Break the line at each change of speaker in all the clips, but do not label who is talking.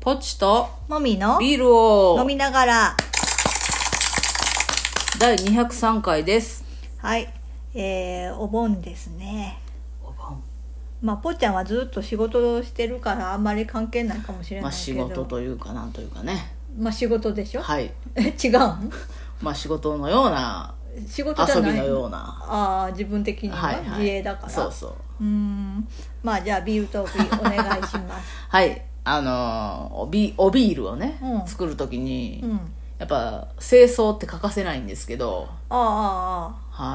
ポチと
もみの
ビールを
飲みながら
第203回です
はいえー、お盆ですね
お盆、
まあぽっちゃんはずっと仕事をしてるからあんまり関係ないかもしれ
ま
な
あ、
いけ
仕
ど
事というかなんというかね
まあ仕事でしょ、
はい
え違うん
まあ仕事のような
仕事じゃ
遊
な
び
い
のような
ああ自分的には、
はい、はい、
自営だから
そうそう
うーんまあじゃあビールとビールお願いします、
はいあのーおビおビールをね、
うん
作る時に、
うん、あ
やっぱ清掃って欠かせないんですけど
あああ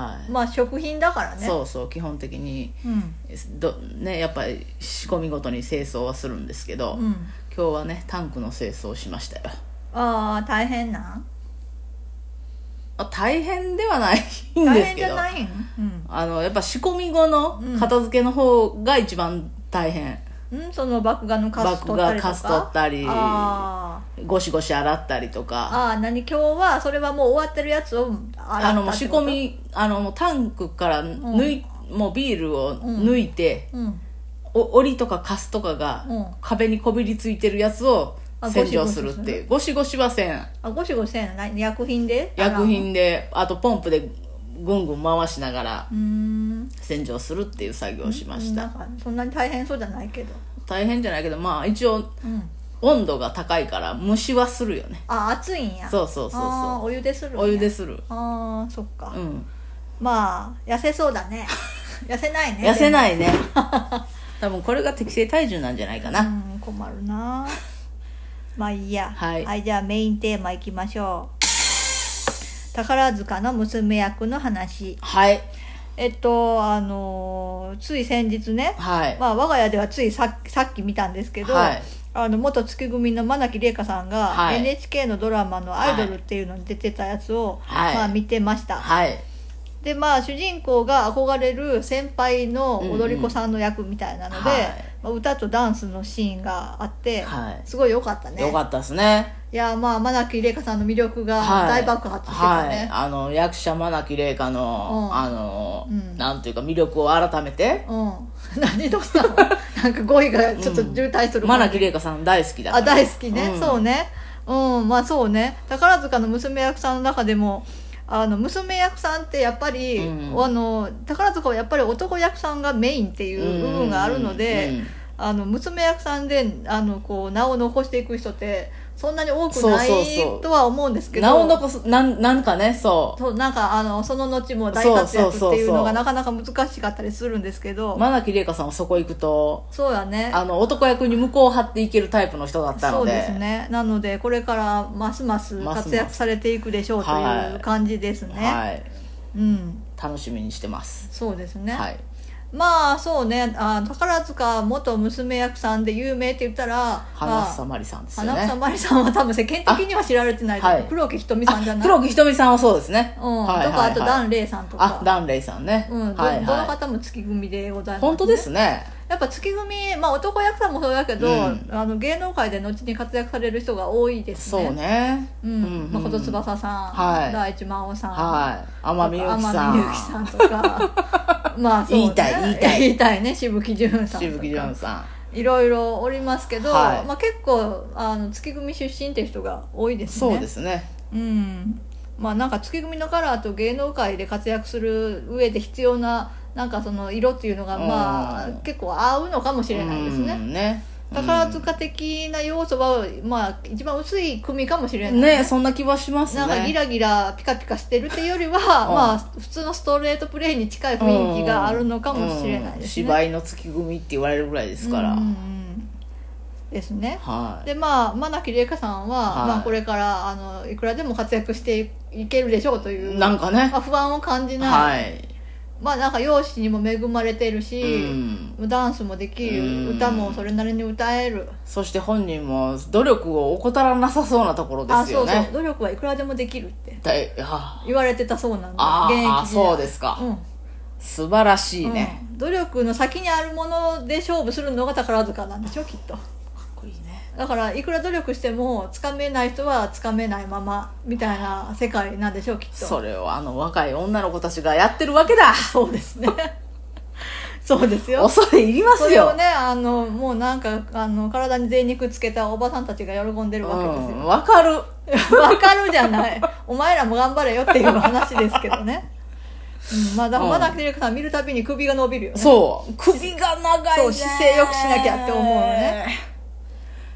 は
あ
い、
あまあ食品だからね
そうそう基本的に
うん
どねやっぱり仕込みごとに清掃はするんですけど、
うん
今日はねタンクの清掃をしましたよ
ああ大変なん
あ大変ではないんですけど
大変じゃないんうん
あのやっぱ仕込み後の
うん
片付けの方が一番大変、
うん、その麦芽のカス取
麦
ったり
芽
とか
カス取ったり
あ
ゴシゴシ洗ったりと
ー
かあ
あー何今日はそれはもう終わってるやつを洗った
のもう
って
仕
こ
込
と
みあのもうタンクから抜い、もうビールを抜いて、
うん
お檻とかカスとかが
うん
壁にこびりついてるやつを
あ
洗浄するっていうゴシゴシはせん
あゴシゴシせんの何薬品で
薬品であとポンプでぐんぐん回しながら
うーん
洗浄するっていう作業をしまし
なん
た
かそんなに大変そうじゃないけど、
大変じゃないけどまあ一応
うん、
温度が高いから虫はするよね
あ暑いんやう
そうそうそう
あー
そ
お湯でするん
う
や
お湯でする
ああそっか、
うん
まあ痩せそう だね痩せないね
痩せ
い
ないね 多分これが適正体重なんじゃないかな、
うん困るなまあいいや
はい
じゃあメインテーマいきましょう宝塚の娘役の話
はい
えっとあのーつい先日ね、
はい
まあ、我が家ではついささっき見たんですけど、
はい
あの元月組の真木玲香さんが、
はい
NHK のドラマの「アイドル」っていうのに出てたやつを、
はい
まあ、見てました、
はい
でまあ主人公が憧れる先輩の踊り子さんの役みたいなので、
うんうんはい
まあ歌とダンスのシーンがあって、
はい
すごい良かったね
よかったですね
いやまあ真木玲香さんの魅力が
はい
大爆発してたね、
はい、あの役者真木玲香の、
うん
あの、
うん
なんていうか魅力を改めて
うん 何どうしたのなんか語彙がちょっと渋滞する
真木玲香さん大好きだから
あ大好きね、
ん
そうねうんまあそうね宝塚の娘役さんの中でもあの娘役さんってやっぱり、
うん
あの宝塚はやっぱり男役さんがメインっていう部分があるので、
うんうん
あの娘役さんであのこう名を残していく人ってそんなに多くない
そうそうそう
とは思うんですけど
なおのこすなんなんかねそう
そうなんかあのその後も大活躍って
そうそう
い
そう
う
そ
の
う
がなかなか難しかったりするんですけど
真木玲香さんはそこ行くと
そうやね
あの男役に向こうを張っていけるタイプの人だった
そ
の
う
で
ですねなのでこれからますます活躍されていくでしょうと
ます
い
ま
う
す
感じですね、
はい、
うん
楽しみにしてます、
そうですね、
はい、
まあそうねあ宝塚元娘役さんで有名って言ったら
花
ま
房まりさんで
あ
すよ
花
ね
房まりさんは多分世間的には知られてないと
あ
思
は
う
い
黒木瞳さんじゃない
黒木ひとみさんはそうですね、
うん
はい
とかあと
はいはい
檀れいさんと
あ
か、
ダンレイさんね、
うんど
はい
どの
は
方も月組でございま
い
す、
本当ですね
やっぱ月組、まあ、男役さんもそうだけど、
うん
あの芸能界で後に活躍される人が多いです
そうね
うん
うんうん
誠翼さん、
はい
大地真央さん、
はい
あ
天海
と
祐
天
希さ
海祐希
ん
さんとか まあそう、ね、
言いたい言いたい
言いたいね渋木淳さんと
渋木
か
淳さ
いろいろおりますけど、
はい
まあ、結構あの月組出身っていう人が多いで
ん
すね
そうですね
うんまあなんか月組のカラーと芸能界で活躍する上で必要ななんかその色っていうのがまあ
うん
結構合うのかもしれないです
う
ね
んね
宝塚的な要素はまあ一番薄い組かもしれ
う
ない
んねそんな気はしますね
なんかギラギラピカピカしてるっていうよりは、まあ普通のストレートプレイに近い雰囲気があるのかもしれないですね。
うん芝居の月組って言われるぐらいですから、
うんうんうんですね。
はい
でまあ真木玲香さんは、
はい
まあ、これからあのいくらでも活躍していけるでしょうという
なんかね
まあ、不安を感じない、
はい、
まあなんか容姿にも恵まれてるし、
ん、
ダンスもできる、
うん
歌もそれなりに歌える。
そして本人も努力を怠らなさそうなところで
あ
す
そ
よ
うそう
ね
努力はいくらでもできるって
だいあ
言われてたそうなんで
あ
現役時代
あそうですか、
うん
素晴らしいね、
うん努力の先にあるもので勝負するのが宝塚なんでしょきっと
かっこいいね
だからいくら努力してもつかめない人はつかめないままみたいな世界なんでしょうきっと
それをあの若い女の子たちがやってるわけだ
そうですねそうですよ
恐れいります
それを
よ、
ねあのもうなんかあの体に贅肉つけたおばさんたちが喜んで
う
るわけですよ
んわかる
わかるじゃない。お前らも頑張れよっていう話ですけどね。うん、まあ、だから、
うん
まだディレクター見るたびに首が伸びるよね。
そう首が長いね
そう姿勢良くしなきゃって思うのね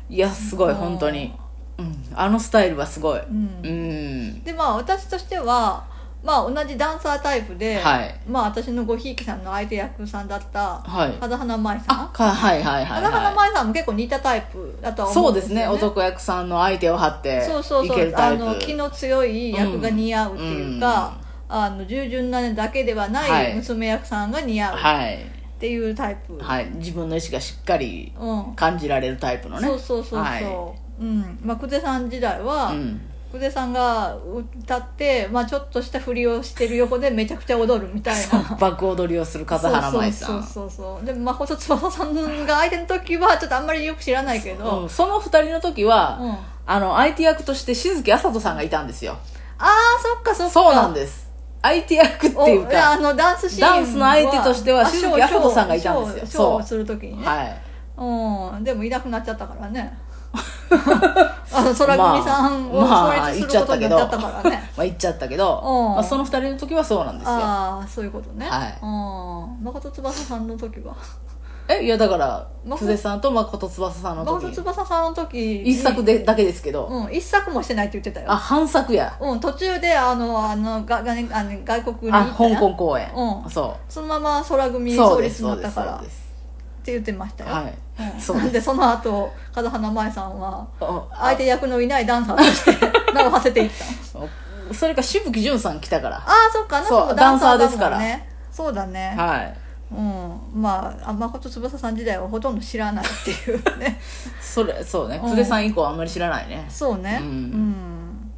いやすごい
うん
本当にうんあのスタイルはすごい
うん
うん
で、まあ、私としては、まあ、同じダンサータイプで、
はい
まあ、私のごひいきさんの相手役さんだった、
はい
風花舞さん
あ。かはいはいはい
風花
は
舞さんも結構似たタイプだと
い
は思
そううんで
ですす
ね
よ、ね。
男役さんの相手を張って
そうそう
い
そ
ける
う。
タ
あ
イプ
の、気の強い役が似合うっていうか、あの、従順なだけでは
は
ない
い
娘役さんが似合う
はい
っていうタイプ。
はい自分の意思がしっかり
うん。
感じられるタイプのね
そうそうそうそう、
はい
うんまあ、久世さん時代は、
うん
久世さんが歌って、まあ、ちょっとした振りをしてる横でめちゃくちゃ踊るみたい
そう
な。
爆踊りをする笠原舞さ
そうんそうそうそうでも誠翼さんが相手の時はちょっとあんまりよく知らないけど、
う
うん
んその二人の時は
あ
あの相手役として静木あさとさんがいたんですよ
あそっかそっか
そうなん
す
です相手役っていう
おやあ
か
のダンスシーン
ダンスの相手としては
あ
静木あさとさんがいたんですよ
ショーショ
そう
ーショーをする時にね、
はい
うん、でもいなくなっちゃったからね あの空組さん
ま
を
あまあ
創立することになっちゃったからね、
まあ言っちゃった けど、
うん
まあ、その二人の時はそうなんですよ
ああそういうことね
はい
うん誠翼さんの時は
えいやだから
ま
久世さんと誠翼さんの
誠
時
翼さんの時に
一作でだけですけど、
うん一作もしてないって言ってた
あ
よ
半作や
うん途中であのあのがが、あの外国に行
あ
った
香
や
港公演、
うん
そ
そのまま空
う
組
そ
創
うで
立
す
に
そ
な
う
っ
で
た
すそ
か
う
ら
です
って言ってましたよ、
はい
うん
そうです
なんでその後風花舞さんは
あ
相手役のいないダンサーと して名を馳せていった
あそれかしぶきじゅんさん来たから
ああそっかあの
そう
人もダンサー
ダ
だ
ンサーで
もん
すから
ねそうだね、
はい
うんまああ誠翼さん時代はほとんど知らないっていうね
それそうね
うん
久世さん以降あんまり知らないね
そうね
う
うんん、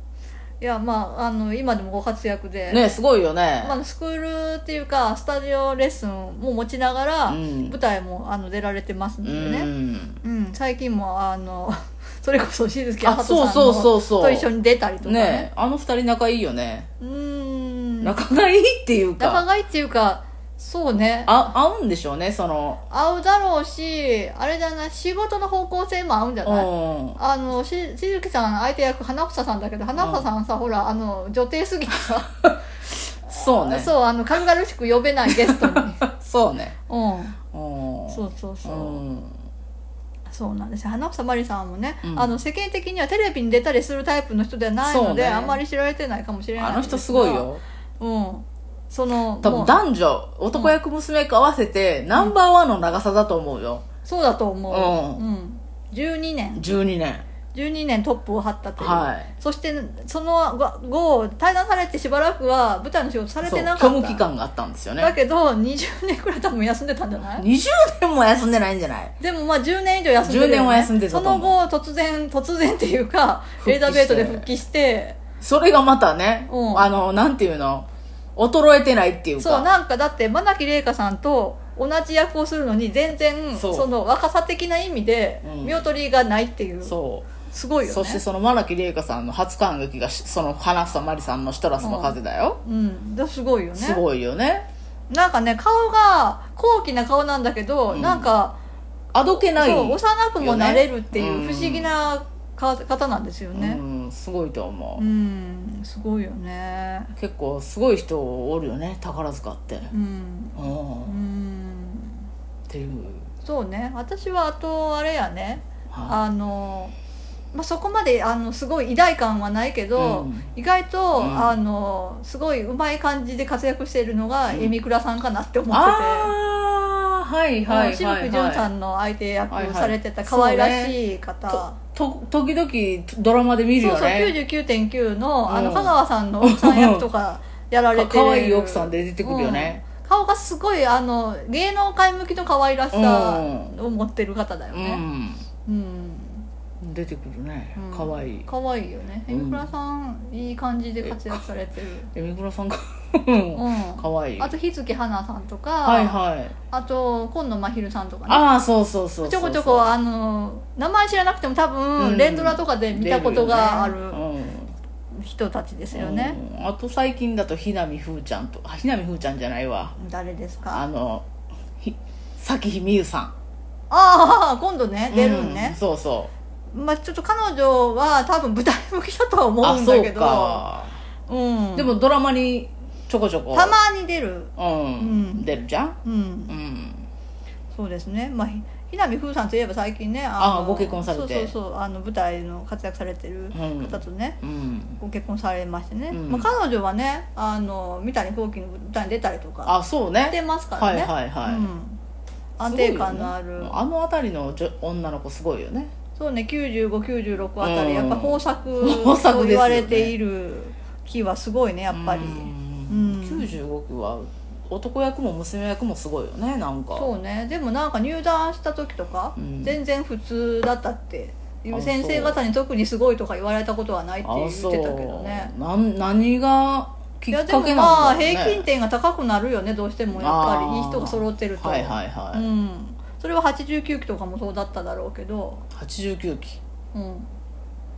いやまああの今でもご活躍で、
ねすごいよね、
まあ、スクールっていうかスタジオレッスンも持ちながら、
うん
舞台もあの出られてます
う
のでね、
ん
うん最近もあの それこそ静木あさと
あ
さん
そうそうそうそう
と一緒に出たりとかね
ねあの二人仲いいよね、
うん仲
仲がいいっていうか
がいいっていうかそうね
あ合うんでしょうねその
合うだろうしあれじゃない仕事の方向性も合うんじゃない、
うん
あのししずきさん相手役花房さんだけど花房さんさ、ほらあの女帝すぎてさ
そうね
そうあの軽々しく呼べないゲスト に
そうね
うん
うん
そうそうそう、
うん
そうなんですよ花房まりさんもね、
うん
あの世間的にはテレビに出たりするタイプの人ではない
そう
ので、
ね
あんまり知られてないかもしれない
あ
ん
の
ですが
人すごいよ
うんその
多
も
分
う
男女男役娘役合わせてナンバーワンの長さだと思うよ
そうだと思う、
う
うん12年
12年
12年トップを張ったという、
はい
そしてその後後退団されてしばらくは舞台の仕事され
そう
てな
虚
かった
無期間があったんですよ
だ
ね
けど20年くらい多分休んでたんじゃない
20年も休んでないんじゃない
でもまあ10年以上休んでるよ、ね、
10年は休んでた
そ
と思う
の後突然突然っていうか
復帰して
レーザーベイトで復帰して
それがまたね、
うん
あのなんていうの衰えてないっていうか
そうなんかだって真木玲香さんと同じ役をするのに全然
そう
その若さ的な意味で
うん
見劣りがないっていう、
そう
すごいよね
そしてその真木玲香さんの初感激がしその花房まりさんの「シトラスの風」だよ、
うん、ですごいよね
すごいよね
なんかね顔が高貴な顔なんだけど、
うん
なんか
あどけない
そう幼くもなれるってい
よ
う
ね
不思議なか方なんですよね
うんすごいと思
う
う、
ん、すごいよね
結構すごい人おるよね宝塚って
うん
うん
う、ん
っていう、
そうね私はあとあれやね
は
あの、まあ、そこまであのすごい偉大感はないけど、
うん
意外と、
うん
あのすごいうまい感じで活躍しているのが
うん
恵美倉さんかなって
い、
思ってて。
ああはい
あ
は
の
い
シ
は
ルク・
い、
ジュンさ
はい
んの相手役
はいは
を
い
されてた可愛らしい方、
と時々ドラマで見る
そう
よ
そう
ね
99.9のあ
う
の
ん
香川さんの奥さん役とかやられて
か可愛い奥さんで出てくるよね、
うん顔がすごいあの芸能界向きの可愛らしさを持ってる方だよ
う
ね
ん、
うん、
出てくるね
うん
可愛、いい
可愛いよね
うん
ヘミクラさん、いい感じで活躍されてる
え三倉さんか
うん
可愛いい
あと日月花さんとか、
はいはい
あと今野真昼さんとかね
ああそうそうそうそう
ちょこちょこあの名前知らなくても多
うん
分連ドラとかで見たことがある
で
人たちですよね、
うん、あと最近だとひなみふーちゃんとあひなみふーちゃんじゃないわ
誰です
あ
か
のひ咲妃美優さん
ああ今度ね出るん
う
ね
ん、そうそ
まあちょっと彼女は多分舞台向きだとは
う
思うんだけど
あ
うん、
そうかでもドラマにちょこちょこ
たまに出る
うん、
うん
出るじゃん
うん
うん
そうですねまあひひなみふうさんといえば最近ねあ
あーご結婚されて
そうそうそうあの舞台の活躍されてる
うん
方とね、
うん
ご結婚されましてね、
うん
まあ、彼女はねあの三谷幸喜の舞台に出たりとか
あそう
し
ね
てますからね、
はいはいはい
うん、安定感のあ
すごい
る、
よねあの辺りの女女の子すごいよね
そうね9596あたり、
うん
やっぱ豊作
豊作
と
です
言
よ
わ
ね
れている木はすごいねやっぱり、
うん
うん
95区は男役も娘役もすごいよねなんか
そうねでもなんか入団した時とか、
うん
全然普通だったってい
あそ
う
う
先生方に特にすごいとか言われたことはないって
あ
言ってた
そ
け
う
どね
なん何がき
い
っ
や
か
でも
け
ま
な
あ
んだろう、ね、
平均点が高くなるよねどうしてもやっぱ
あ
り
ー
いい人が揃ってると、
はいはいは
う
い、
ん、それは89期とかもそうだっただろうけど、
89期
うん、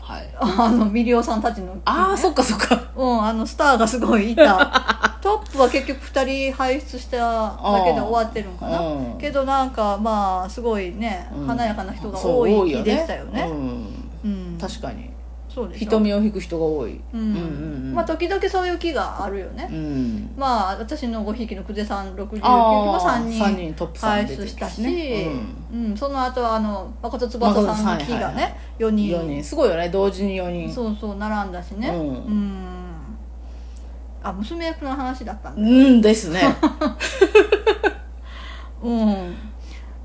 はい
あのミリオさんたちの、
ああ、そっかそっか
うん、あのスターがすごい いたトップは結局2人輩出しただけで終わってるんかな、
うん
けどなんかまあすごいね、
うん
華やかな人が
そう
多い
よね
日でしたよねうん
うん、確かに
そうでしょ
人目を引く人が多い、
うん
うんうんうん
まあ時々そういう木があるよね、
うん、
まあ私のごひいきの久世さん69期も
あ
3
3人
人
トップ3
輩
出て
出
る
したし、
うん
うんその後はあの誠翼さんの木が
誠はいはい
ね4人
4人すごいよね同時に4人
そうそう並んだしね
うん
んあ娘役の話だったんだ
うんです ね
うん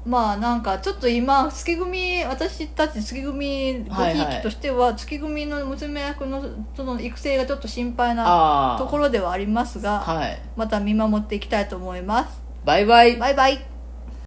まあなんかちょっと今月組私たち月組ご
はい
ひい
はい
きとしては月組の娘役のその育成がちょっと心配な
ああ
ところではありますが
はい
また見守っていきたいと思います
バイバイ
バイバイ